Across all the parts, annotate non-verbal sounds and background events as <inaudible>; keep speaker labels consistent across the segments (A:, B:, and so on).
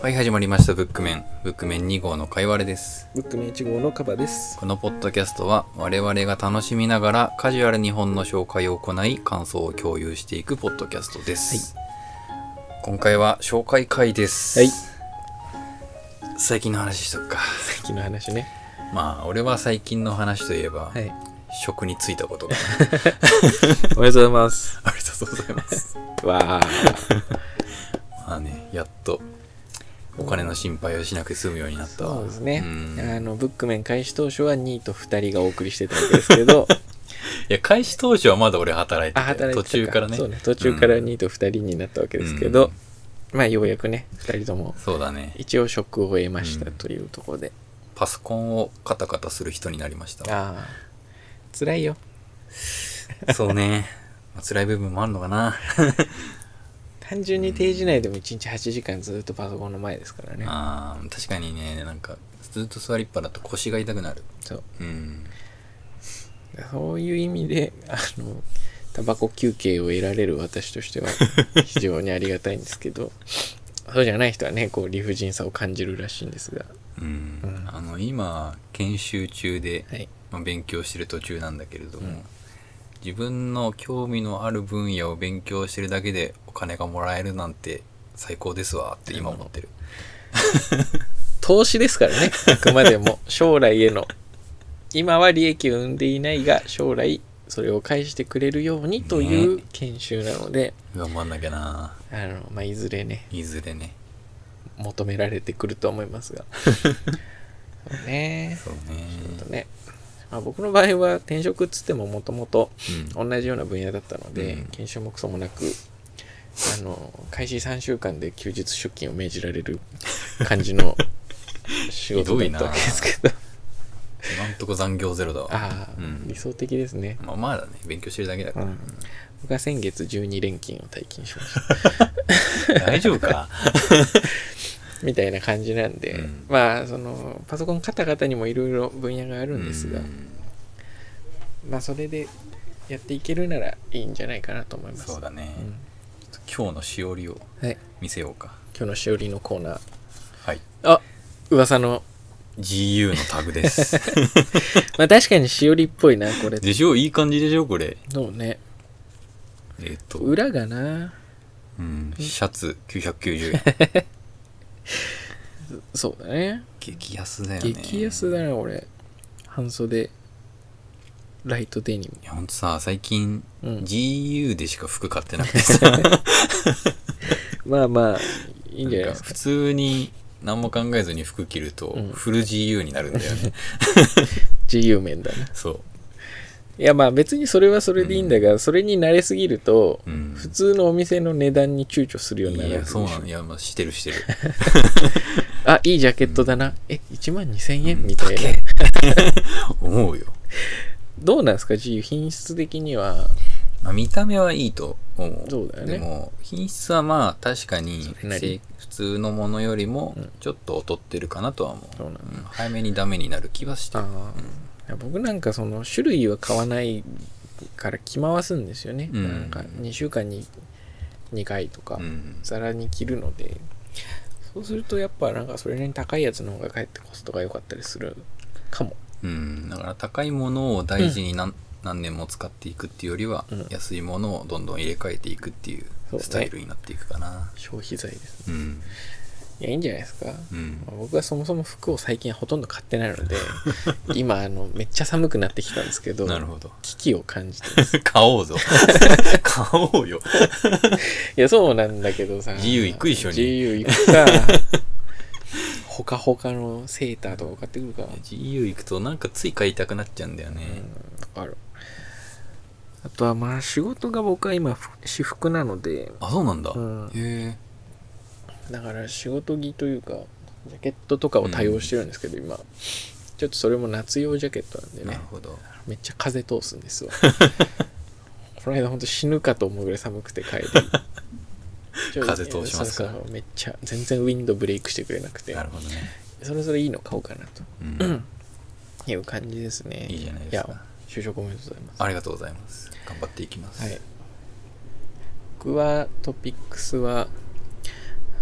A: はい、始まりました。ブックメン。ブックメン2号のかいわれです。
B: ブックメン1号のカバです。
A: このポッドキャストは、我々が楽しみながらカジュアルに本の紹介を行い、感想を共有していくポッドキャストです。今回は紹介会です。
B: はい。
A: 最近の話しと
B: <laughs>
A: くか。
B: 最近の話ね。
A: まあ、俺は最近の話といえば、
B: い。
A: 食に就いたことが
B: おめでとうございます。
A: ありがとうござい
B: <laughs>
A: ます。
B: わあ。
A: まあね、やっと。お金の心配をしなくて済むようになったわ
B: そうですね。
A: ん
B: あの、ブックメン開始当初は2位と2人がお送りしてたわけですけ <laughs> ど、
A: いや開始当初はまだ俺働いて
B: あ、
A: て
B: 働いてた
A: 途中からね
B: そうね。途中から
A: うん
B: 2位と2人になったわけですけど、まあ、ようやくね、2人とも
A: そうだね
B: 一応職を得ました
A: うん
B: というところで。
A: パソコンをカタカタする人になりました
B: ああ。辛いよ。
A: そうね <laughs> まあ辛い部分もあるのかな、
B: 単純に定時内でも1日8時間ずっとパソコンの前ですからね。
A: あー確かにねなんかずっと座りっぱだと腰が痛くなる
B: そう。
A: うん
B: そういう意味で、あの、タバコ休憩を得られる私としては非常にありがたいんですけど、そうじゃない人はね、こう理不尽さを感じるらしいんですが、
A: うん、
B: うん
A: あの今研修中で、
B: はい。
A: まあ、勉強してる途中なんだけれども、
B: うん
A: 自分の興味のある分野を勉強してるだけでお金がもらえるなんて最高ですわって今思ってる
B: 投資ですからね、あくまでも将来への、今は利益を生んでいないが、将来それを返してくれるようにという研修なので、
A: 頑張んなきゃな
B: あの、まあ、いずれね、
A: いずれね
B: 求められてくると思いますが。そうね。
A: そうね
B: ちょっとね、まあ、僕の場合は転職っつってももともと
A: うん
B: 同じような分野だったので、
A: うん
B: 研修もクソもなくあの開始3週間で休日出勤を命じられる感じ
A: <laughs>
B: の仕事だったわけですけど
A: 今んとこ残業ゼロだわ
B: ああ、
A: うん
B: 理想的ですね、
A: まあまだね勉強してるだけだか
B: う
A: ら、
B: ん、僕は先月12連勤を退勤しました
A: 大丈夫か
B: みたいな感じなんで、
A: うん
B: まあそのパソコン方々にもいろいろ分野があ
A: う
B: るんですが、
A: ん
B: まあそれでやっていけるならいいんじゃないかなと思います
A: そうだね、
B: うん
A: 今日のしおりを
B: はい
A: 見せようか
B: 今日のしおりのコーナー
A: はい
B: あ噂の
A: GU のタグです
B: <laughs> まあ確かにしおりっぽいなこれ
A: でしょいい感じでしょこれ
B: そうね
A: えっ、と、
B: 裏がな
A: うん、シャツ990円
B: そうだね
A: 激安だよね
B: 激安だ
A: い
B: な俺半袖ライトデニム
A: やほんとさ最近、
B: うん
A: GU でしか服買ってなくてさ
B: まあまあ <laughs> いいんじゃない
A: なん
B: で
A: か
B: す
A: 普
B: か
A: 通に何も考えずに服着ると、
B: うん
A: フル GU になるんだよね
B: GU 面だな
A: そ
B: いやまあ別にそれはそれでいいんだが、それに慣れすぎると、
A: う、うん、
B: 普通のお店の値段に躊躇するようにないる
A: やそうなのいやまあしてるしてる
B: あいいジャケットだな、え1万2000円、
A: うん
B: みたいな
A: 高え <laughs> 思うよ、
B: どうなんですか GU 品質的には
A: まあ、見た目はいいと思う
B: そうだよね
A: でも品質はまあ確かに
B: それなり
A: せ普通のものよりも
B: うん
A: ちょっと劣ってるかなとは思う、
B: そうなんだ
A: うん早めにダメになる気はしてる
B: ああ、僕なんかその種類は買わないから着回すんですよね、
A: うん
B: なんか2週間に2回とか
A: うん
B: ざらに着るのでそうするとやっぱなんかそれなりに高いやつの方がかえってコストが良かったりするかも
A: うん、だから高いものを大事に何,、何年も使っていくっていうよりは、
B: うん
A: 安いものをどんどん入れ替えていくっていう
B: そうね
A: スタイルになっていくかな
B: 消費財ですね
A: う,、ん
B: いやいいんじゃないですか、
A: うん
B: まあ僕はそもそも服を最近ほとんど買ってない
A: <laughs>
B: ので今あのめっちゃ寒くなってきたんですけど
A: なるほど <laughs>
B: 危機を感じてます
A: 買おう
B: <laughs>
A: ぞ買おうよ
B: いや、そうなんだけどさ。
A: 自由行く一緒に
B: 自由行く <laughs> か。ほかほかのセーターとか買ってくるか。
A: GU 行くとなんかつい買いたくなっちゃうんだよね、
B: ある。あとはまあ仕事が僕は今ふ私服なので、
A: あそうなんだ、
B: うん
A: へえ
B: だから仕事着というか、ジャケットとかを多用してるんですけど、今。ちょっとそれも夏用ジャケットなんで
A: なる
B: ね。
A: ほど
B: めっちゃ風通すん <laughs> ですわ。この間ほんと死ぬかと思うぐらい寒くて帰り。ちょ
A: 風通しますか
B: そうそうめっちゃ全然ウィンドブレイクしてくれなくて
A: なるほどね、
B: それぞれいいの買おうかなと
A: うん、
B: いう感じですね。
A: いいじゃないですか
B: や、就職おめでとうございます。
A: ありがとうございます頑張っていきます、
B: はい。僕はトピックスは、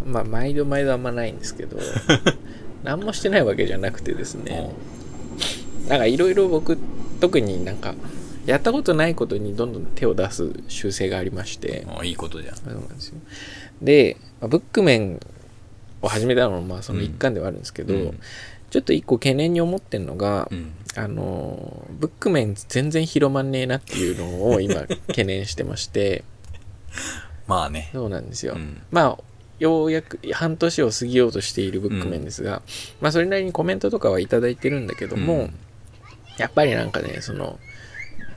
B: まあ毎度毎度あんまないんです
A: <laughs>
B: けど何もしてないわけじゃなくてですねなんかいろいろ僕特になんかやったことないことにどんどん手を出す習性がありまして
A: うんあいいことじゃん
B: そうなんですよでまあブックメンを始めたのもまあその一環ではあるんですけど、
A: うん
B: ちょっと一個懸念に思ってるのが、
A: うん
B: あのブックメン全然広まんねえなっていうのを今懸念して
A: <laughs>
B: まして
A: まあね
B: そうなんですよ、
A: うん
B: まあようやく半年を過ぎようとしているブックメンですが、まあそれなりにコメントとかはいただいてるんだけども、
A: うん
B: やっぱりなんかねその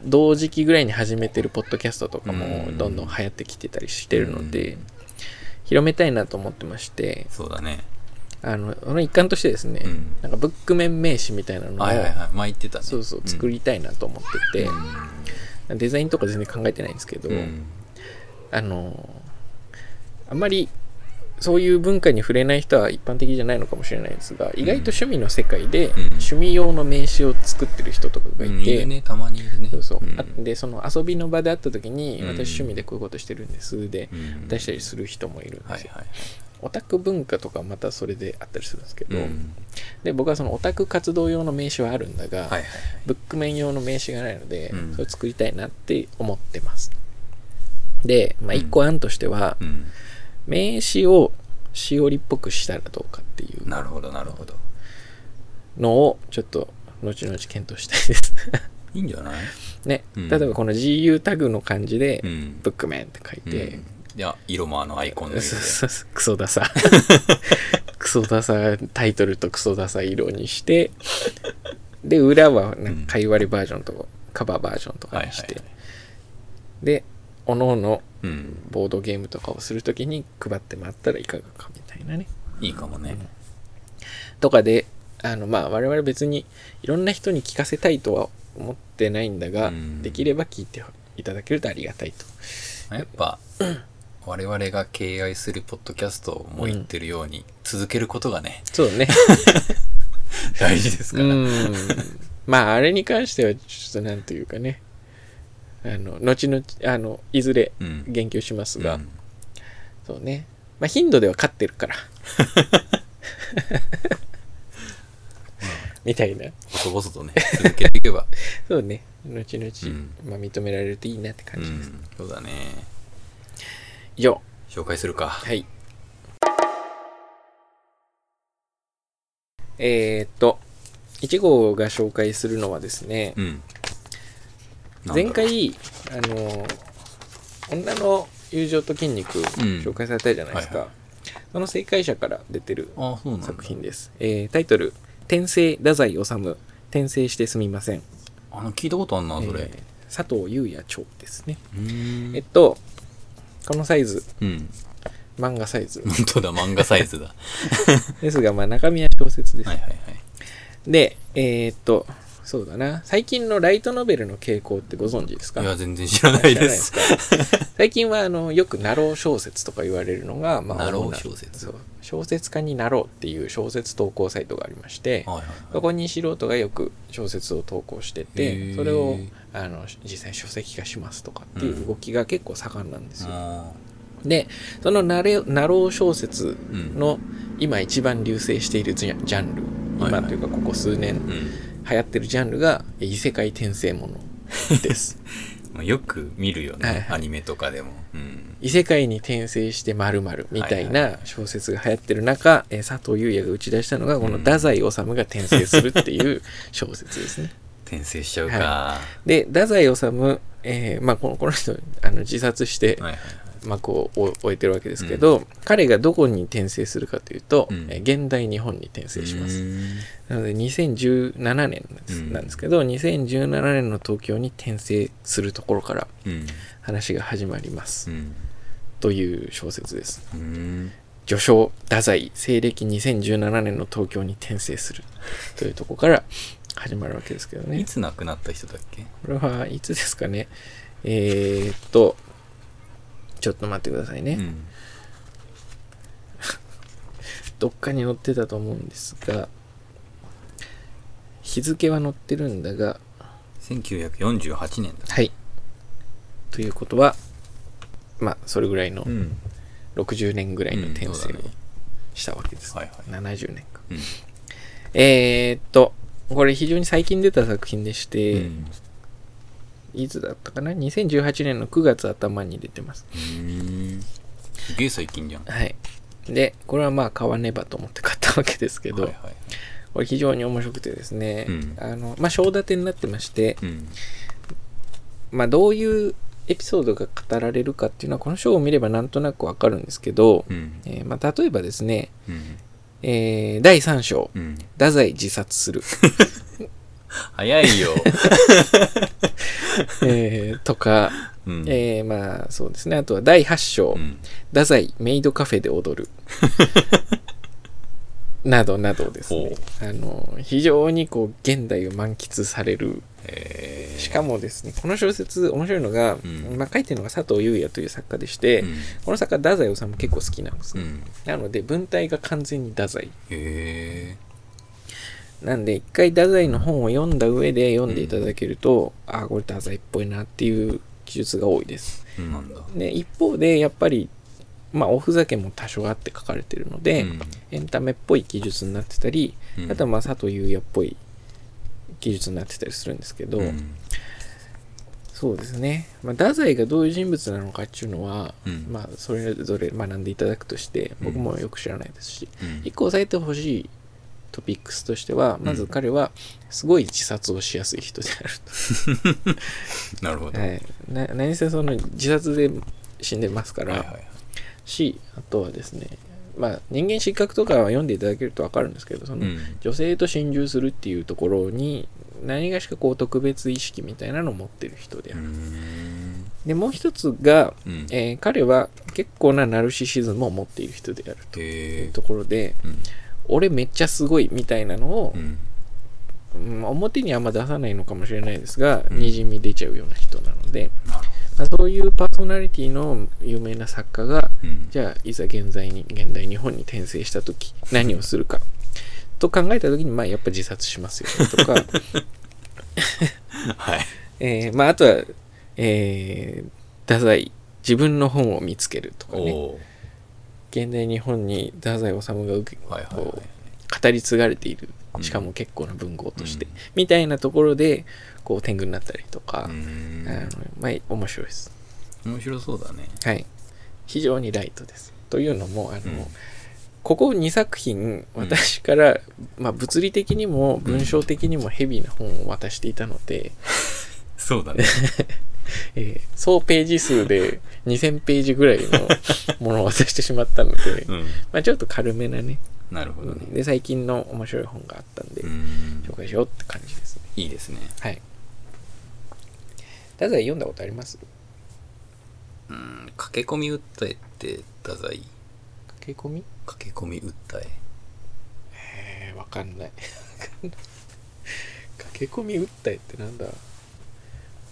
B: 同時期ぐらいに始めてるポッドキャストとかも
A: うん
B: どんどん流行ってきてたりしてるので、
A: うん
B: 広めたいなと思ってまして
A: そうだね
B: あのその一環としてですね、
A: うん
B: なんかブックメン名刺みたいなのを、
A: はいはいはい前言ってたね
B: そうそう作りたいなと思ってて、デザインとか全然考えてないんですけど、
A: うんうん
B: あのあんまりそういう文化に触れない人は一般的じゃないのかもしれないですが意外と趣味の世界で趣味用の名刺を作ってる人とかがい
A: うんい
B: て、
A: るねたまにいるね
B: そうそう、
A: ん
B: あでその遊びの場で会った時に、
A: うん
B: 私趣味でこういうことしてるんですで
A: うん
B: 出したりする人もいるんですよ、
A: はいはい
B: オタク文化とかまたそれであったりするんですけど、
A: うん
B: で僕はそのオタク活動用の名刺はあるんだが、
A: はいはいはい
B: ブックメン用の名刺がないので、
A: うん
B: それを作りたいなって思ってますで、まあ、
A: うん
B: 一個案としては、
A: うん
B: 名刺をしおりっぽくしたらどうかっていう
A: なるほどなるほど
B: のをちょっと後々検討したいです、
A: いいんじゃない
B: ね
A: うん
B: 例えばこの GU タグの感じで、
A: うん
B: ブックメンって書いて、
A: いや色もあのアイコンの色
B: そう
A: で
B: そうそう <laughs> クソダサクソダサタイトルとクソダサ色にしてで裏はなんか会話りバージョンと、カバーバージョンとかにして、
A: はいは
B: でおのおの
A: うん
B: ボードゲームとかをするときに配ってもらったらいかがかみたいなね
A: いいかもね
B: とかであのまあ我々別にいろんな人に聞かせたいとは思ってないんだが、
A: うん
B: できれば聞いていただけるとありがたいと
A: やっぱ我々が敬愛するポッドキャストも言ってるように続けることがね
B: そうね
A: <laughs> 大事ですから
B: うんまああれに関してはちょっとなんというかねあの後々あのいずれ
A: うん
B: 言及しますが、
A: うん
B: そうねまあ頻度では勝ってるから
A: <laughs>
B: みたいな
A: 細々とね続けていけ <laughs> ば
B: そうね後々、
A: うん
B: まあ、認められるといいなって
A: う
B: 感じです、
A: んそうだね
B: 以上
A: 紹介するか
B: はいえー、っと1号が紹介するのはですね、
A: うんなんだろう
B: 前回あの女の友情と筋肉紹介されたじゃないですか、
A: はいは
B: その正解者から出てる
A: あそうなんだ
B: 作品です、えータイトル「転生太宰治転生してすみません」
A: あの聞いたことあんなそ
B: え
A: れ
B: ー佐藤優也長ですね、
A: うーん
B: えっとこのサイズ
A: うん
B: 漫画サイズ
A: 本当だ漫画サイズだ <laughs> は
B: ですが、まあ、中身は小説で
A: い
B: す、
A: はいはい
B: でえーっとそうだな最近のライトノベルの傾向ってご存知ですか
A: いや全然知らないで
B: 知
A: す
B: らないですか <laughs> 最近はあのよくナロー小説とか言われるのが、まあ、
A: ナロー
B: 主な
A: 小説
B: そう小説家になろうっていう小説投稿サイトがありまして
A: はいはい
B: そこに素人がよく小説を投稿して
A: へ
B: て
A: ー
B: それをあの実際に書籍化しますとかっていう動きが結構盛んなんですよ、
A: は
B: でそのナレナロー小説
A: いうん
B: の今一番流行しているジャンジャンル
A: はいはい
B: 今というかここ数年
A: うん
B: 流行ってるジャンルが異世界転生ものです
A: まあよく見るよ
B: はい
A: ね
B: は
A: ア
B: い
A: ニメとかでもうん
B: 異世界に転生してまるみたい
A: はい
B: な小説が流行ってる中、えー佐藤優也が打ち出したのがこの太宰治が転生するって
A: <laughs>
B: いう小説ですね。
A: 転生しちゃうか
B: で太宰治、えーまあ、このこの人あの自殺して、
A: はいはい
B: まあ、こうお終えてるわけですけど、彼がどこに転生するかというと、
A: うん
B: えー現代日本に転生します。
A: うーん
B: なので2017年なんです,、
A: うん
B: なんですけど2017年の東京に転生するところから
A: うん
B: 話が始まります、
A: うん
B: という小説です。
A: うーん
B: 序章太宰西暦2017年の東京に転生するというとこから始まるわけですけど
A: い
B: ね
A: つ亡くなった人だっけ
B: これはいつですかねえー、っとちょっと待ってくださいね、
A: うん
B: どっかに載ってたと思うんですが日付は載ってるんだが
A: 1948年だ
B: はいということはまあそれぐらいの
A: ん
B: 60年ぐらいの転
A: うんそう
B: 生
A: だね
B: したわけです、
A: はいはい
B: 70年か
A: うん
B: えー、っとこれ非常に最近出た作品でして、
A: うん
B: いつだったかな2018年の9月頭に出てます
A: うーんすげえ最近じゃん。
B: はいでこれはまあ買わねばと思って買ったわけですけど、
A: はいはい。
B: これ非常に面白くてですね、
A: うん
B: あのまあ章立てになってまして、
A: うん。
B: まあ、どういうエピソードが語られるかっていうのはこの章を見ればなんとなくわかるんですけど、
A: うん。
B: えーまあ、例えばですね、
A: うん。
B: えー第3章
A: うん。
B: 「太宰自殺
A: <laughs>
B: する」
A: 早いよ。
B: えーとか、
A: <laughs> うん。
B: えーまあそうですねあとは第8章
A: うん
B: 「太宰メイドカフェで踊
A: <laughs>
B: る」などなどですねあの非常にこう現代を満喫される
A: えー
B: しかもですねこの小説面白いのが、
A: ん
B: まあ、書いてるのが佐藤優也という作家でして、
A: うん
B: この作家太宰治も結構好きなんです
A: う
B: ね、
A: ん。
B: なので文体が完全に太宰
A: へえ。
B: なんで一回太宰の本を読んだ上で読んでいただけると、ああこれ太宰っぽいなっていう記述が多いです
A: そうなんだ。
B: で一方でやっぱりまあおふざけも多少あって書かれてるので、
A: うん
B: エンタメっぽい記述になってたり、
A: うん
B: あとはまあ佐藤優也っぽい記述になってたりするんですけど、
A: うん
B: そうですね、まあ、太宰がどういう人物なのかっていうのは、
A: うん
B: まあそれぞれ学んでいただくとして
A: うん
B: 僕もよく知らないですし、
A: うん
B: 一個押さえてほしいトピックスとしてはまず彼はすごい自殺をしやすい人である
A: なるほ
B: と、
A: ど。
B: はい、な何せその自殺で死んでますか
A: は
B: ら、
A: いはいはい
B: しあとはですねまあ人間失格とかは読んでいただけると分かるんですけどその、
A: うん
B: 女性と心中するっていうところに何がしかこう特別意識みたいなのを持ってる人で
A: う
B: あ
A: ー
B: る、
A: ん
B: でもう一つが
A: うんへ
B: えー彼は結構なナルシシズムを持っている人であるとい
A: え
B: う。ところで、
A: うん
B: 俺めっちゃすごいみたいなのを
A: う、ん
B: うん表にあんま出さないのかもしれないですが、
A: うん
B: にじみ出ちゃうような人なので、
A: なる
B: まあそういうパーソナリティの有名な作家が
A: うん
B: じゃあいざ現在に現代日本に転生した時何をするかと考えた時にまあやっぱ自殺しますよねと
A: <laughs>
B: か、
A: はい。
B: えーまああとは、えー、太宰自分の本を見つけるとか
A: お
B: ね
A: お
B: 現代日本に太宰治が受け
A: ー。はいはい
B: こ
A: は
B: う語り継がれている
A: うん
B: しかも結構な文豪として、
A: うん
B: みたいなところでこう天狗になったりとか、
A: い。うーん
B: あのまあ面白いです
A: 面白そうだね。
B: はい非常にライトですというのもあの、
A: うん
B: ここ2作品私から、まあ、物理的にも文章的にもヘビーな本を渡していたので、
A: そうだね。
B: えー総ページ数で2000ページぐらいのものを渡してしまったの <laughs> で、
A: うん。
B: まあ、ちょっと軽めなね
A: なるほどね。
B: で最近の面白い本があったんで、
A: うーん
B: 紹介しようって感じですね
A: いいですね。
B: はい太宰読んだことあります
A: うん。駆け込み訴えって太宰。
B: 駆け込み
A: 駆け込み訴え。
B: えー、わかんない <laughs> 駆け込み訴えってなんだ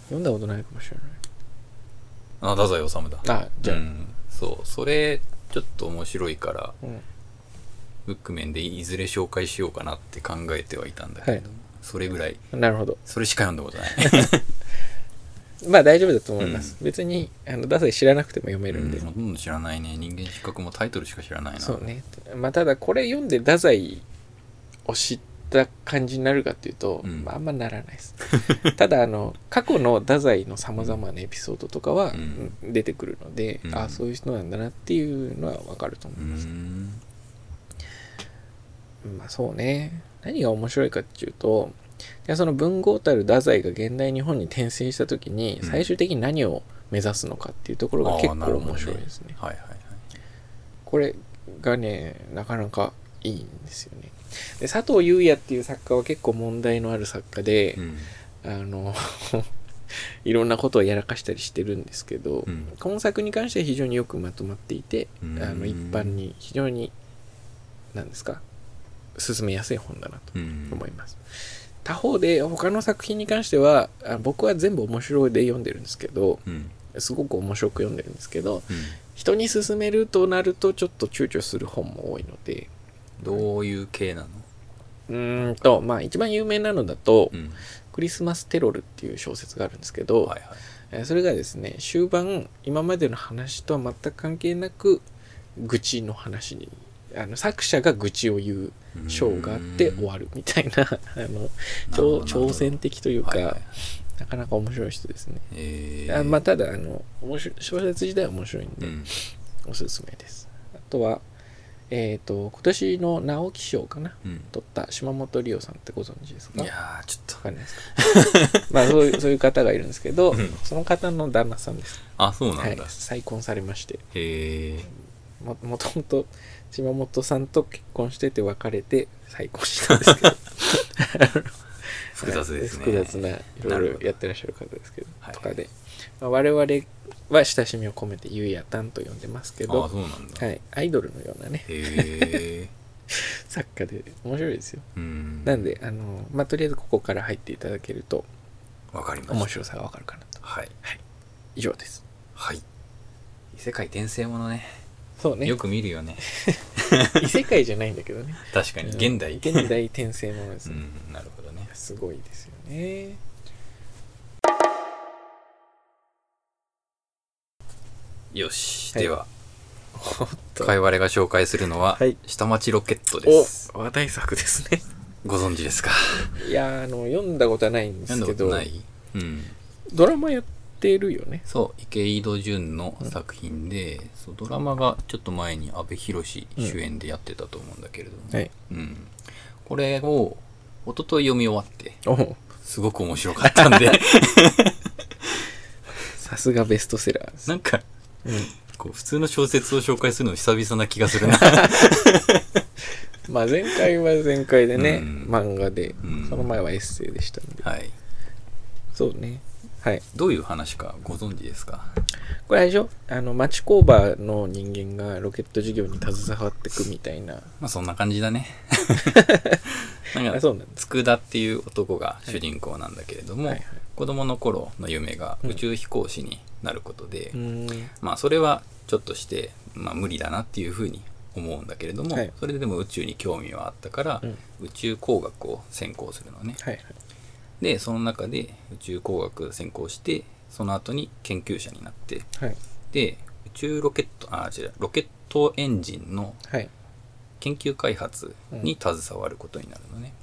B: 読んだことないかもしれない
A: あ、太宰治だ。
B: あじゃあ
A: うんそう。それ、ちょっと面白いから、
B: うん
A: ブック面でいずれ紹介しようかなって考えてはいたんだけど、
B: はい
A: それぐらい、
B: なるほど
A: それしか読んだことない。
B: まあ大丈夫だと思います、別にあの太宰知らなくても読めるんで、
A: うんほとんど知らないね。人間失格もタイトルしか知らないな。
B: そうねまあただこれ読んで太宰を知った感じになるかっていうと、
A: うん
B: まあ、あんまならないです
A: <laughs>
B: ただあの過去の太宰のさまざまなエピソードとかは
A: うん
B: うん出てくるので、
A: うん
B: ああそういう人なんだなっていうのはわかると思
A: う
B: い
A: ー
B: ます、
A: ん。
B: まあそうね何が面白いかっていうとじゃあその文豪たる太宰が現代日本に転生した時に
A: うん
B: 最終的に何を目指すのかっていうところが結
A: あー
B: 構
A: なるほど
B: 面白いですね
A: はいはいはい。
B: これがねなかなかいいんですよねで佐藤優也っていう作家は結構問題のある作家で
A: う、ん。
B: あの <laughs> いろんなことをやらかしたりしてるんですけど、
A: うん
B: 今作に関しては非常によくまとまっていて、
A: うん
B: あの一般に非常に何ですか進めやすい本だな
A: う
B: と
A: ん
B: 思います、他方で他の作品に関してはあ僕は全部面白いで読んでるんですけど
A: うん。
B: すごく面白く読んでるんですけど、
A: うん。
B: 人に勧めるとなるとちょっと躊躇する本も多いので
A: どういう系なの
B: うーんとまあ一番有名なのだと「
A: ん。
B: クリスマステロル」っていう小説があるんですけど、
A: はいはい。
B: えーそれがですね終盤今までの話とは全く関係なく愚痴の話にあの作者が愚痴を言うショーがあって終わるみたいな <laughs> あの挑挑戦的という
A: と
B: か、なかなか面白い人ですね、
A: え
B: あまあ、ただあの面白い小説自体は面白いんで、
A: うん
B: おすすめですあとはえっ、と今年の直木賞かな
A: うん
B: 取った島本理央さんってご存知です
A: い
B: か
A: やーちょっ
B: わ
A: と
B: かんないですか <laughs> まあそういうそういう方がいるんですけど、
A: うん
B: その方の旦那さんです、
A: あそうな
B: は
A: ん
B: い
A: だ、、
B: 再婚されまして
A: へえ
B: ももともと島本さんと結婚してて別れて再婚したんですけど
A: <laughs> 複雑ですね
B: 複雑ない
A: な
B: ろ
A: る
B: い
A: ほ
B: ろ
A: ど
B: やってらっしゃる方ですけど、
A: はい
B: とかで、まあ我々は親しみを込めてゆうやたんと呼んでますけ
A: あ
B: ど
A: そうなんだ、
B: はい、アイドルのようなね
A: へえ
B: 作家で面白いですよ
A: うん
B: <laughs> なんであの、まあ、とりあえずここから入っていただけると
A: わかりました
B: 面白さがわかるかなと
A: はい
B: 以上です
A: はい異世界転生ものね
B: そうね
A: よく見るよね
B: 異世界じゃないんだけどね
A: 確かに現代
B: <laughs> 現代転生ものです
A: う
B: ね、
A: んなるほどね
B: すごいですよね
A: よし、
B: はい
A: では
B: おっと
A: かいわれが紹介するのは、
B: はい
A: 下町ロケットです
B: お話題作ですね
A: ご存知ですか
B: いやーあの読んだことはないんです
A: 読んだ
B: け
A: こと
B: ど
A: ないうん
B: ドラマやってるよね
A: そう池井戸潤の作品で、そうドラマがちょっと前に阿部寛主演でやってたと思うんだけれども、
B: はい
A: うん、これを一昨日読み終わって
B: おう
A: すごく面白かったん
B: <laughs>
A: で
B: さすがベストセラーです
A: なんか
B: う
A: こう普通の小説を紹介するの久々な気がす
B: <laughs>
A: るな
B: ん、まあ前回は前回でね、
A: うん
B: 漫画で、
A: うん
B: その前はエッセイでしたんで
A: はい
B: そうねはい
A: どういう話かご存知ですか
B: これあれでしょあの町工場の人間がロケット事業に携わってくみたいな
A: まあそんな感じだ
B: <laughs>
A: ねなん
B: あ
A: か
B: そうなんです
A: 佃っていう男が主人公なんだけれども、
B: はいはい
A: 子供の頃の夢が宇宙飛行士になることで、
B: うーん
A: まあそれはちょっとして、まあ、無理だなっていうふうに思うんだけれども、
B: はい
A: それででも宇宙に興味はあったから、
B: うん
A: 宇宙工学を専攻するのね。
B: はいはい
A: でその中で宇宙工学専攻してその後に研究者になって
B: はい
A: で宇宙ロケットあ違うロケットエンジンの
B: はい
A: 研究開発に携わることになるのね。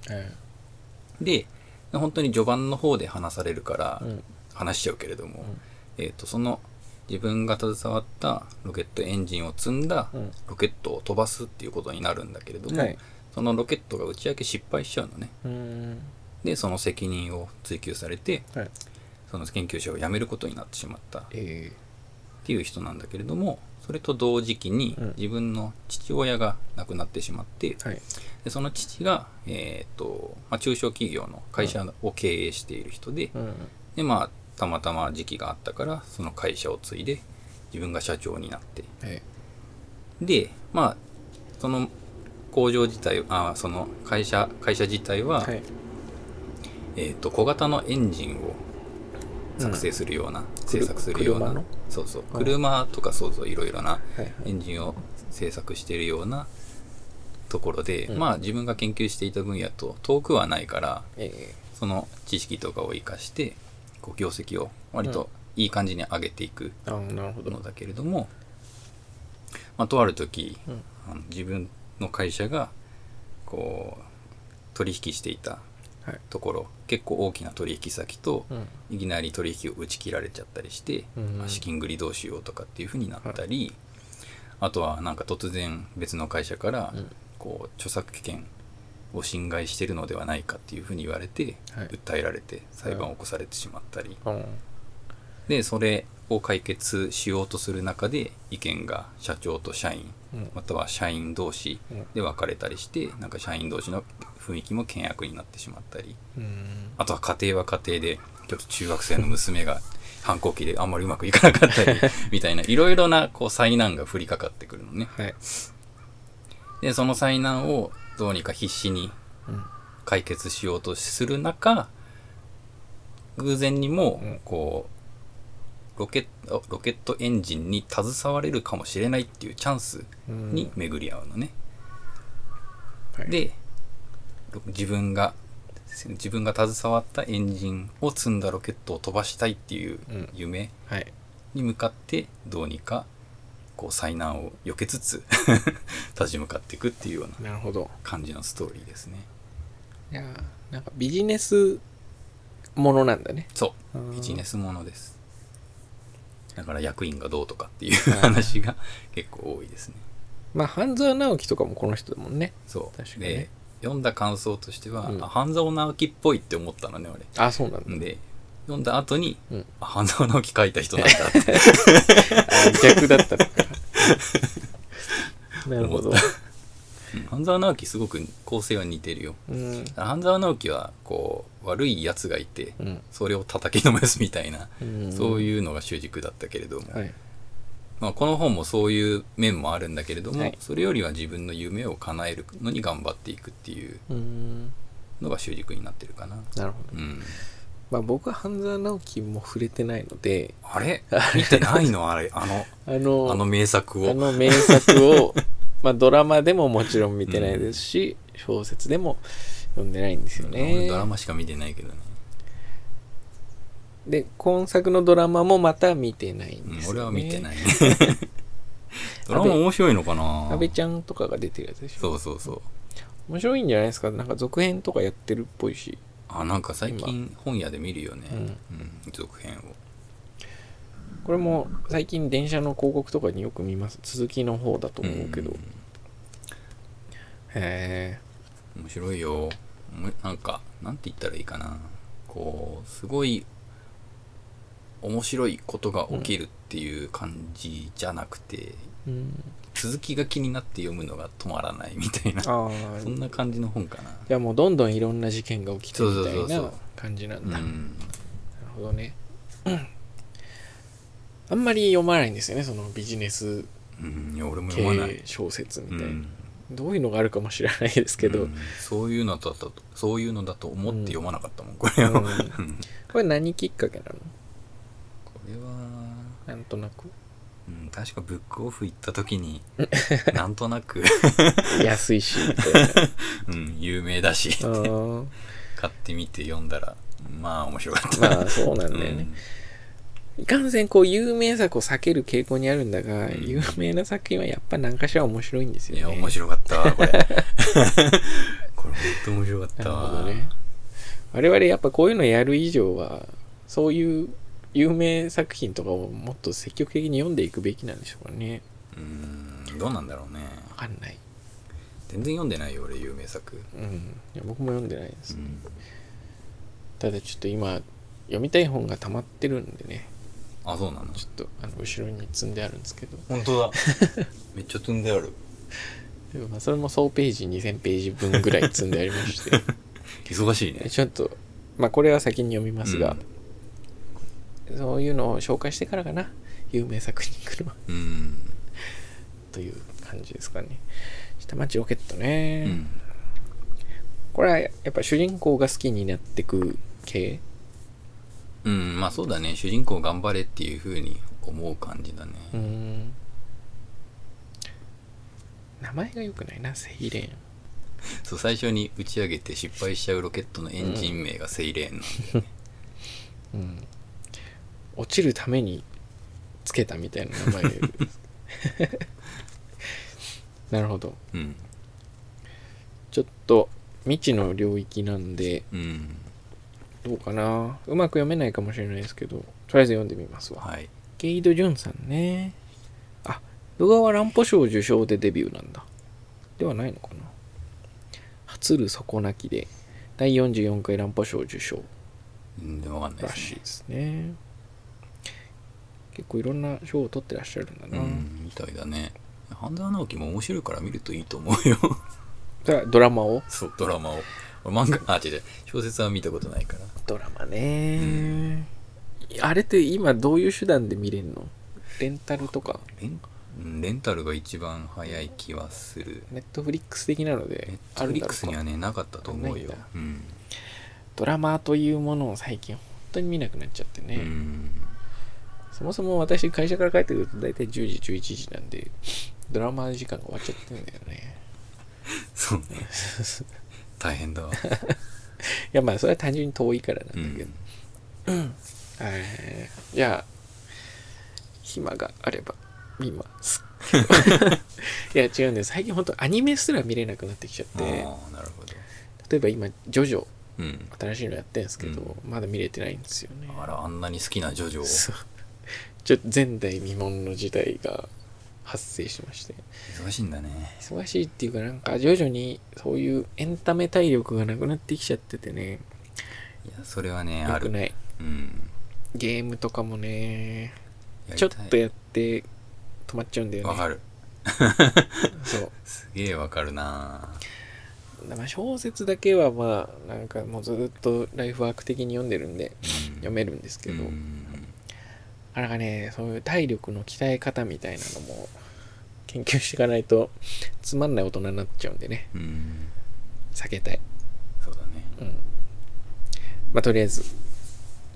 A: で本当に序盤の方で話されるから
B: うん
A: 話しちゃうけれども、
B: ん
A: えー、とその自分が携わったロケットエンジンを積んだ
B: うん
A: ロケットを飛ばすっていうことになるんだけれども、
B: はい
A: そのロケットが打ち上げ失敗しちゃうのね
B: うーん
A: でその責任を追及されて
B: はい
A: その研究者を辞めることになってしまったっ
B: え
A: ていう人なんだけれどもそれと同時期に
B: うん
A: 自分の父親が亡くなってしまって、
B: ーはい
A: でその父が、えーとまあ、中小企業の会社を経営している人で、
B: うん
A: でまあたまたま時期があったからその会社を継いで自分が社長になって
B: はい
A: でまあその工場自体あその会社会社自体は、
B: はい
A: えー、と小型のエンジンを作成するような、製作するよう
B: 車
A: な
B: の
A: そうそう
B: うん
A: 車とかそうそういろいろな
B: はいはい
A: エンジンを製作しているようなところで、
B: うん
A: まあ自分が研究していた分野と遠くはないから
B: え
A: その知識とかを生かしてこう業績を割といい感じに上げていく
B: ー、あーなるほど
A: のだけれども、まあ、とある時
B: うん
A: あの自分の会社がこう取引していた
B: はい
A: ところ結構大きな取引先と
B: うん
A: いきなり取引を打ち切られちゃったりして、
B: うん
A: まあ資金繰りどうしようとかっていうふうになったり、あとはなんか突然別の会社から
B: うん
A: こう著作権を侵害してるのではないかっていうふうに言われて、
B: はい
A: 訴えられて裁判を起こされてしまったり、
B: うん
A: でそれを解決しようとする中で意見が社長と社員
B: うん
A: または社員同士
B: うん
A: で分かれたりしてなんか社員同士の雰囲気も険悪になってしまったり
B: うん
A: あとは家庭は家庭でちょっと中学生の娘が反抗期であんまりうまくいかなかった
B: <laughs>
A: りみたいないろいろなこう災難が降りかかってくるのね
B: はい
A: でその災難をどうにか必死に
B: うん
A: 解決しようとする中偶然にも
B: うん
A: こうロケットロケットエンジンに携われるかもしれないっていうチャンス
B: うん
A: に巡り合うのね、
B: はい
A: でろ自分が自分が携わったエンジンを積んだロケットを飛ばしたいっていう
B: うん
A: 夢
B: はい
A: に向かってどうにかこう災難を避けつつ <laughs> 立ち向かっていくっていうような
B: なるほど
A: 感じのストーリーですね
B: いやーなんかビジネスものなんだね
A: そううんビジネスものですだから役員がどうとかっていう
B: はい
A: 話が結構多いですね
B: まあ半沢直樹とかもこの人だもんね
A: そう
B: 確かにね
A: で読んだ感想としては、
B: うん
A: あ半沢直樹っぽいって思ったのね俺
B: あそうなんだ、
A: で読んだ後に、
B: うん
A: あ半沢直樹書いた人なんだって
B: <laughs> あ逆だった <laughs> のかなるほど
A: うん半沢直樹すごく構成は似てるよ
B: うん
A: 半沢直樹はこう悪いやつがいて
B: うん
A: それを叩きのめすみたいな、
B: うん
A: そういうのが主軸だったけれども、
B: はい
A: まあ、この本もそういう面もあるんだけれども、
B: はい
A: それよりは自分の夢を叶えるのに頑張っていくっていう
B: うん
A: のが主軸になってるかな。
B: なるほ
A: う
B: ど
A: ん、
B: まあ僕は半沢直樹も触れてないので
A: あ
B: <laughs>
A: れ見てないのあれあの
B: あの
A: あの名作
B: あ
A: を。
B: の名作 <laughs> をまあドラマでももちろん見てないですし、小説でも読んでないんですよ
A: 俺
B: ね
A: ドラマしか見てないけどね。
B: で今作のドラマもまた見てない
A: う
B: ん
A: ん
B: ですよ、
A: 俺
B: ね
A: は見てないい
B: <laughs>
A: ね。ドラマ面白いのかな
B: 阿部ちゃんとかが出てるやつでしょ
A: そうそうそう。
B: 面白いんじゃないですかなんか続編とかやってるっぽいし
A: あ、なんか最近本屋で見るよね。
B: う
A: うんん、続編を。
B: これも最近電車の広告とかによく見ます続きの方だと思うけど、
A: ん
B: へえ
A: 面白いよおもなんかなんて言ったらいいかなこうすごい面白いことが起きるっていう感じじゃなくて、
B: うん
A: 続きが気になって読むのが止まらないみたいな
B: ああ
A: そんな感じの本かな
B: じゃあもうどんどんいろんな事件が起きてみた
A: そそ
B: いう
A: うそうそ
B: な
A: う
B: 感じなん
A: う
B: だ
A: ん
B: なるほどね。 <clears throat> あんまり読まないんですよね、そのビジネス
A: うんいや俺も読まない
B: 系小説みたいな。
A: うん
B: どういうのがあるかも知らないですけ
A: う
B: ど、
A: んそういうのだとそういうのだと思って読まなかったもんこれを、
B: うんこれ何きっかけなの
A: これは
B: なんとなく。
A: うん、確かブックオフ行った時
B: <laughs>
A: になんとなく、
B: 安いし、み <laughs> たいな。
A: うん、有名だし
B: あー
A: 買ってみて読んだらまあ面白かった、
B: まあ、そうなんだよ
A: う
B: ね
A: ん。
B: いかんせん、こう、有名作を避ける傾向にあるんだが、
A: ん
B: 有名な作品はやっぱ何かしら面白いんですよ
A: いや
B: ね。
A: 面白かったわこ
B: <laughs>
A: れこれ本当面白かった
B: な
A: わ
B: るほどね。我々やっぱこういうのやる以上は、そういう有名作品とかをもっと積極的に読んでいくべきなんでしょうかね。
A: うんどうなんだろうね
B: わかんない。
A: 全然読んでないよ俺有名作、
B: うん。いや僕も読んでないで
A: う
B: す。
A: ん、
B: ただちょっと今、読みたい本が溜まってるんでね、
A: あそうなの
B: ちょっとあの後ろに積んであるんですけど、
A: 本当だ <laughs> めっちゃ積んである
B: でもまあそれも総ページ2000ページ分ぐらい積んでありま <laughs> して、
A: 忙しいね
B: でちょっと、まあこれは先に読みますが、そういうのを紹介してからかな、有名作品来るのは。
A: うん、
B: という感じですかね下町ロケット
A: う
B: ね、
A: ん、
B: これはやっぱ主人公が好きになってく系
A: うん、まあそうだね主人公頑張れっていう風に思う感じだね、
B: うーん名前が良くないなセイレーン
A: そう最初に打ち上げて失敗しちゃうロケットのエンジン名がセイレーンなんだよね
B: うん落ちるためにつけたみたいな名前 <laughs> ですなるほど
A: うん
B: ちょっと未知の領域なんで
A: うん
B: どうかなうまく読めないかもしれないですけどとりあえず読んでみますわ
A: はい
B: ゲイド・ジュンさんね。あ、小川乱歩賞受賞でデビューなんだ。ではないのかな。初る底なきで、第44回乱歩賞受賞
A: 全然わかんない
B: ら
A: です
B: しい
A: ね
B: ですね。結構いろんな賞を取ってらっしゃるんだな。
A: うんみたいだね半沢直樹も面白いから見るといいと思うよ <laughs>
B: じゃあドラマを
A: そうドラマを俺漫画あ違う違う小説は見たことないから
B: ドラマね、あれって今どういう手段で見れんのレンタルとか、
A: レンうんレンタルが一番早い気はする
B: ネットフリックス的なの
A: ネ
B: で、
A: ットフリッ
B: だ
A: ク
B: ろ
A: ス
B: う
A: に
B: か
A: はねなかったと思うよ
B: ないんだ
A: うん、
B: ドラマというものを最近本当に見なくなっちゃってね。
A: うん
B: そもそも私会社から帰ってくると大体10時11時なんでドラマ時間が終わっちゃってるんだよ
A: <laughs>
B: ね
A: そうね大変
B: <laughs>
A: だわ、
B: いやまあそれは単純に遠いからなんだ
A: う
B: けど、
A: ん、 <laughs>
B: えーじゃあ暇があれば今すっいや違うんです最近本当アニメすら見れなくなってきちゃっ
A: ああ
B: て
A: なるほど
B: 例えば今ジョジョ
A: うん
B: 新しいのやってるんですけど、まだ見れてないんですよね
A: あらあんなに好きなジョジョを
B: そうちょっと前代未聞の事態が発生しまして
A: 忙しいんだね
B: 忙しいっていうかなんか徐々にそういうエンタメ体力がなくなってきちゃっててね
A: いやそれはねあ
B: 良く
A: る
B: ない
A: うん
B: ゲームとかもね
A: やり
B: ち
A: た
B: ょ
A: い
B: っとやって止まっちゃうんだよ
A: わ
B: ね
A: かる
B: そう
A: すげえわかるな
B: だから小説だけはまあなんかもうずっとライフワーク的に読んでるんで読めるんですけど、
A: うん
B: あなんかねそういう体力の鍛え方みたいなのも研究していかないとつまんない大人になっちゃうんでね
A: うん
B: 避けたい
A: そうだね
B: うんまあとりあえず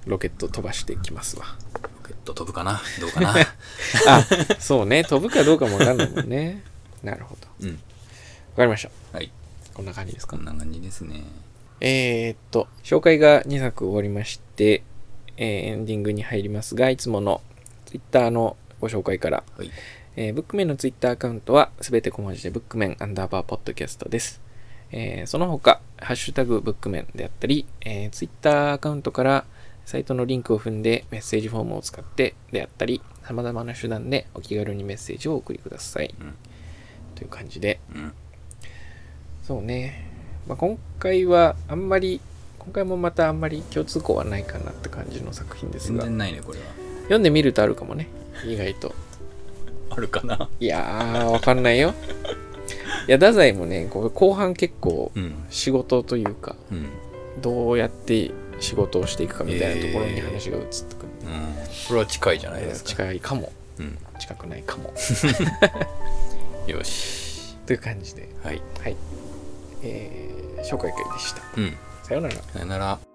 B: ロケット飛ばしていきます <laughs> わ
A: ロケット飛ぶかなどうか <laughs> な
B: あそうね飛ぶかどうかもわかんないもんねなるほどわ
A: うん
B: かりました
A: はい
B: こんな感じですか
A: こんな感じですね
B: えー、っと、紹介が2作終わりまして、えーエンディングに入りますが、いつもの Twitter のご紹介から、
A: はい
B: えーブックメンの Twitter アカウントはすべて小文字でブックメンアンダーバーポッドキャストです。えーその他、ハッシュタグブックメンであったり、えー、Twitter アカウントからサイトのリンクを踏んでメッセージフォームを使ってであったり、様々な手段でお気軽にメッセージをお送りください。
A: うん
B: という感じで、
A: うん
B: そうね、まあ、今回はあんまり今回もまたあんまり共通項はないかなって感じの作品です
A: 全
B: が
A: 然ないねこれは
B: 読んでみるとあるかもね意外と
A: あるかない
B: やーわかんないよいや太宰もねこう後半結構
A: うん
B: 仕事というか
A: うん
B: どうやって仕事をしていくかみたいなところに
A: えー
B: 話が移ってくる、
A: うんこれは近いじゃないですか
B: 近いかも
A: うん
B: 近くないかも
A: よし
B: という感じで
A: はい
B: はいえー紹介会でした
A: うん
B: さようなら
A: さよなら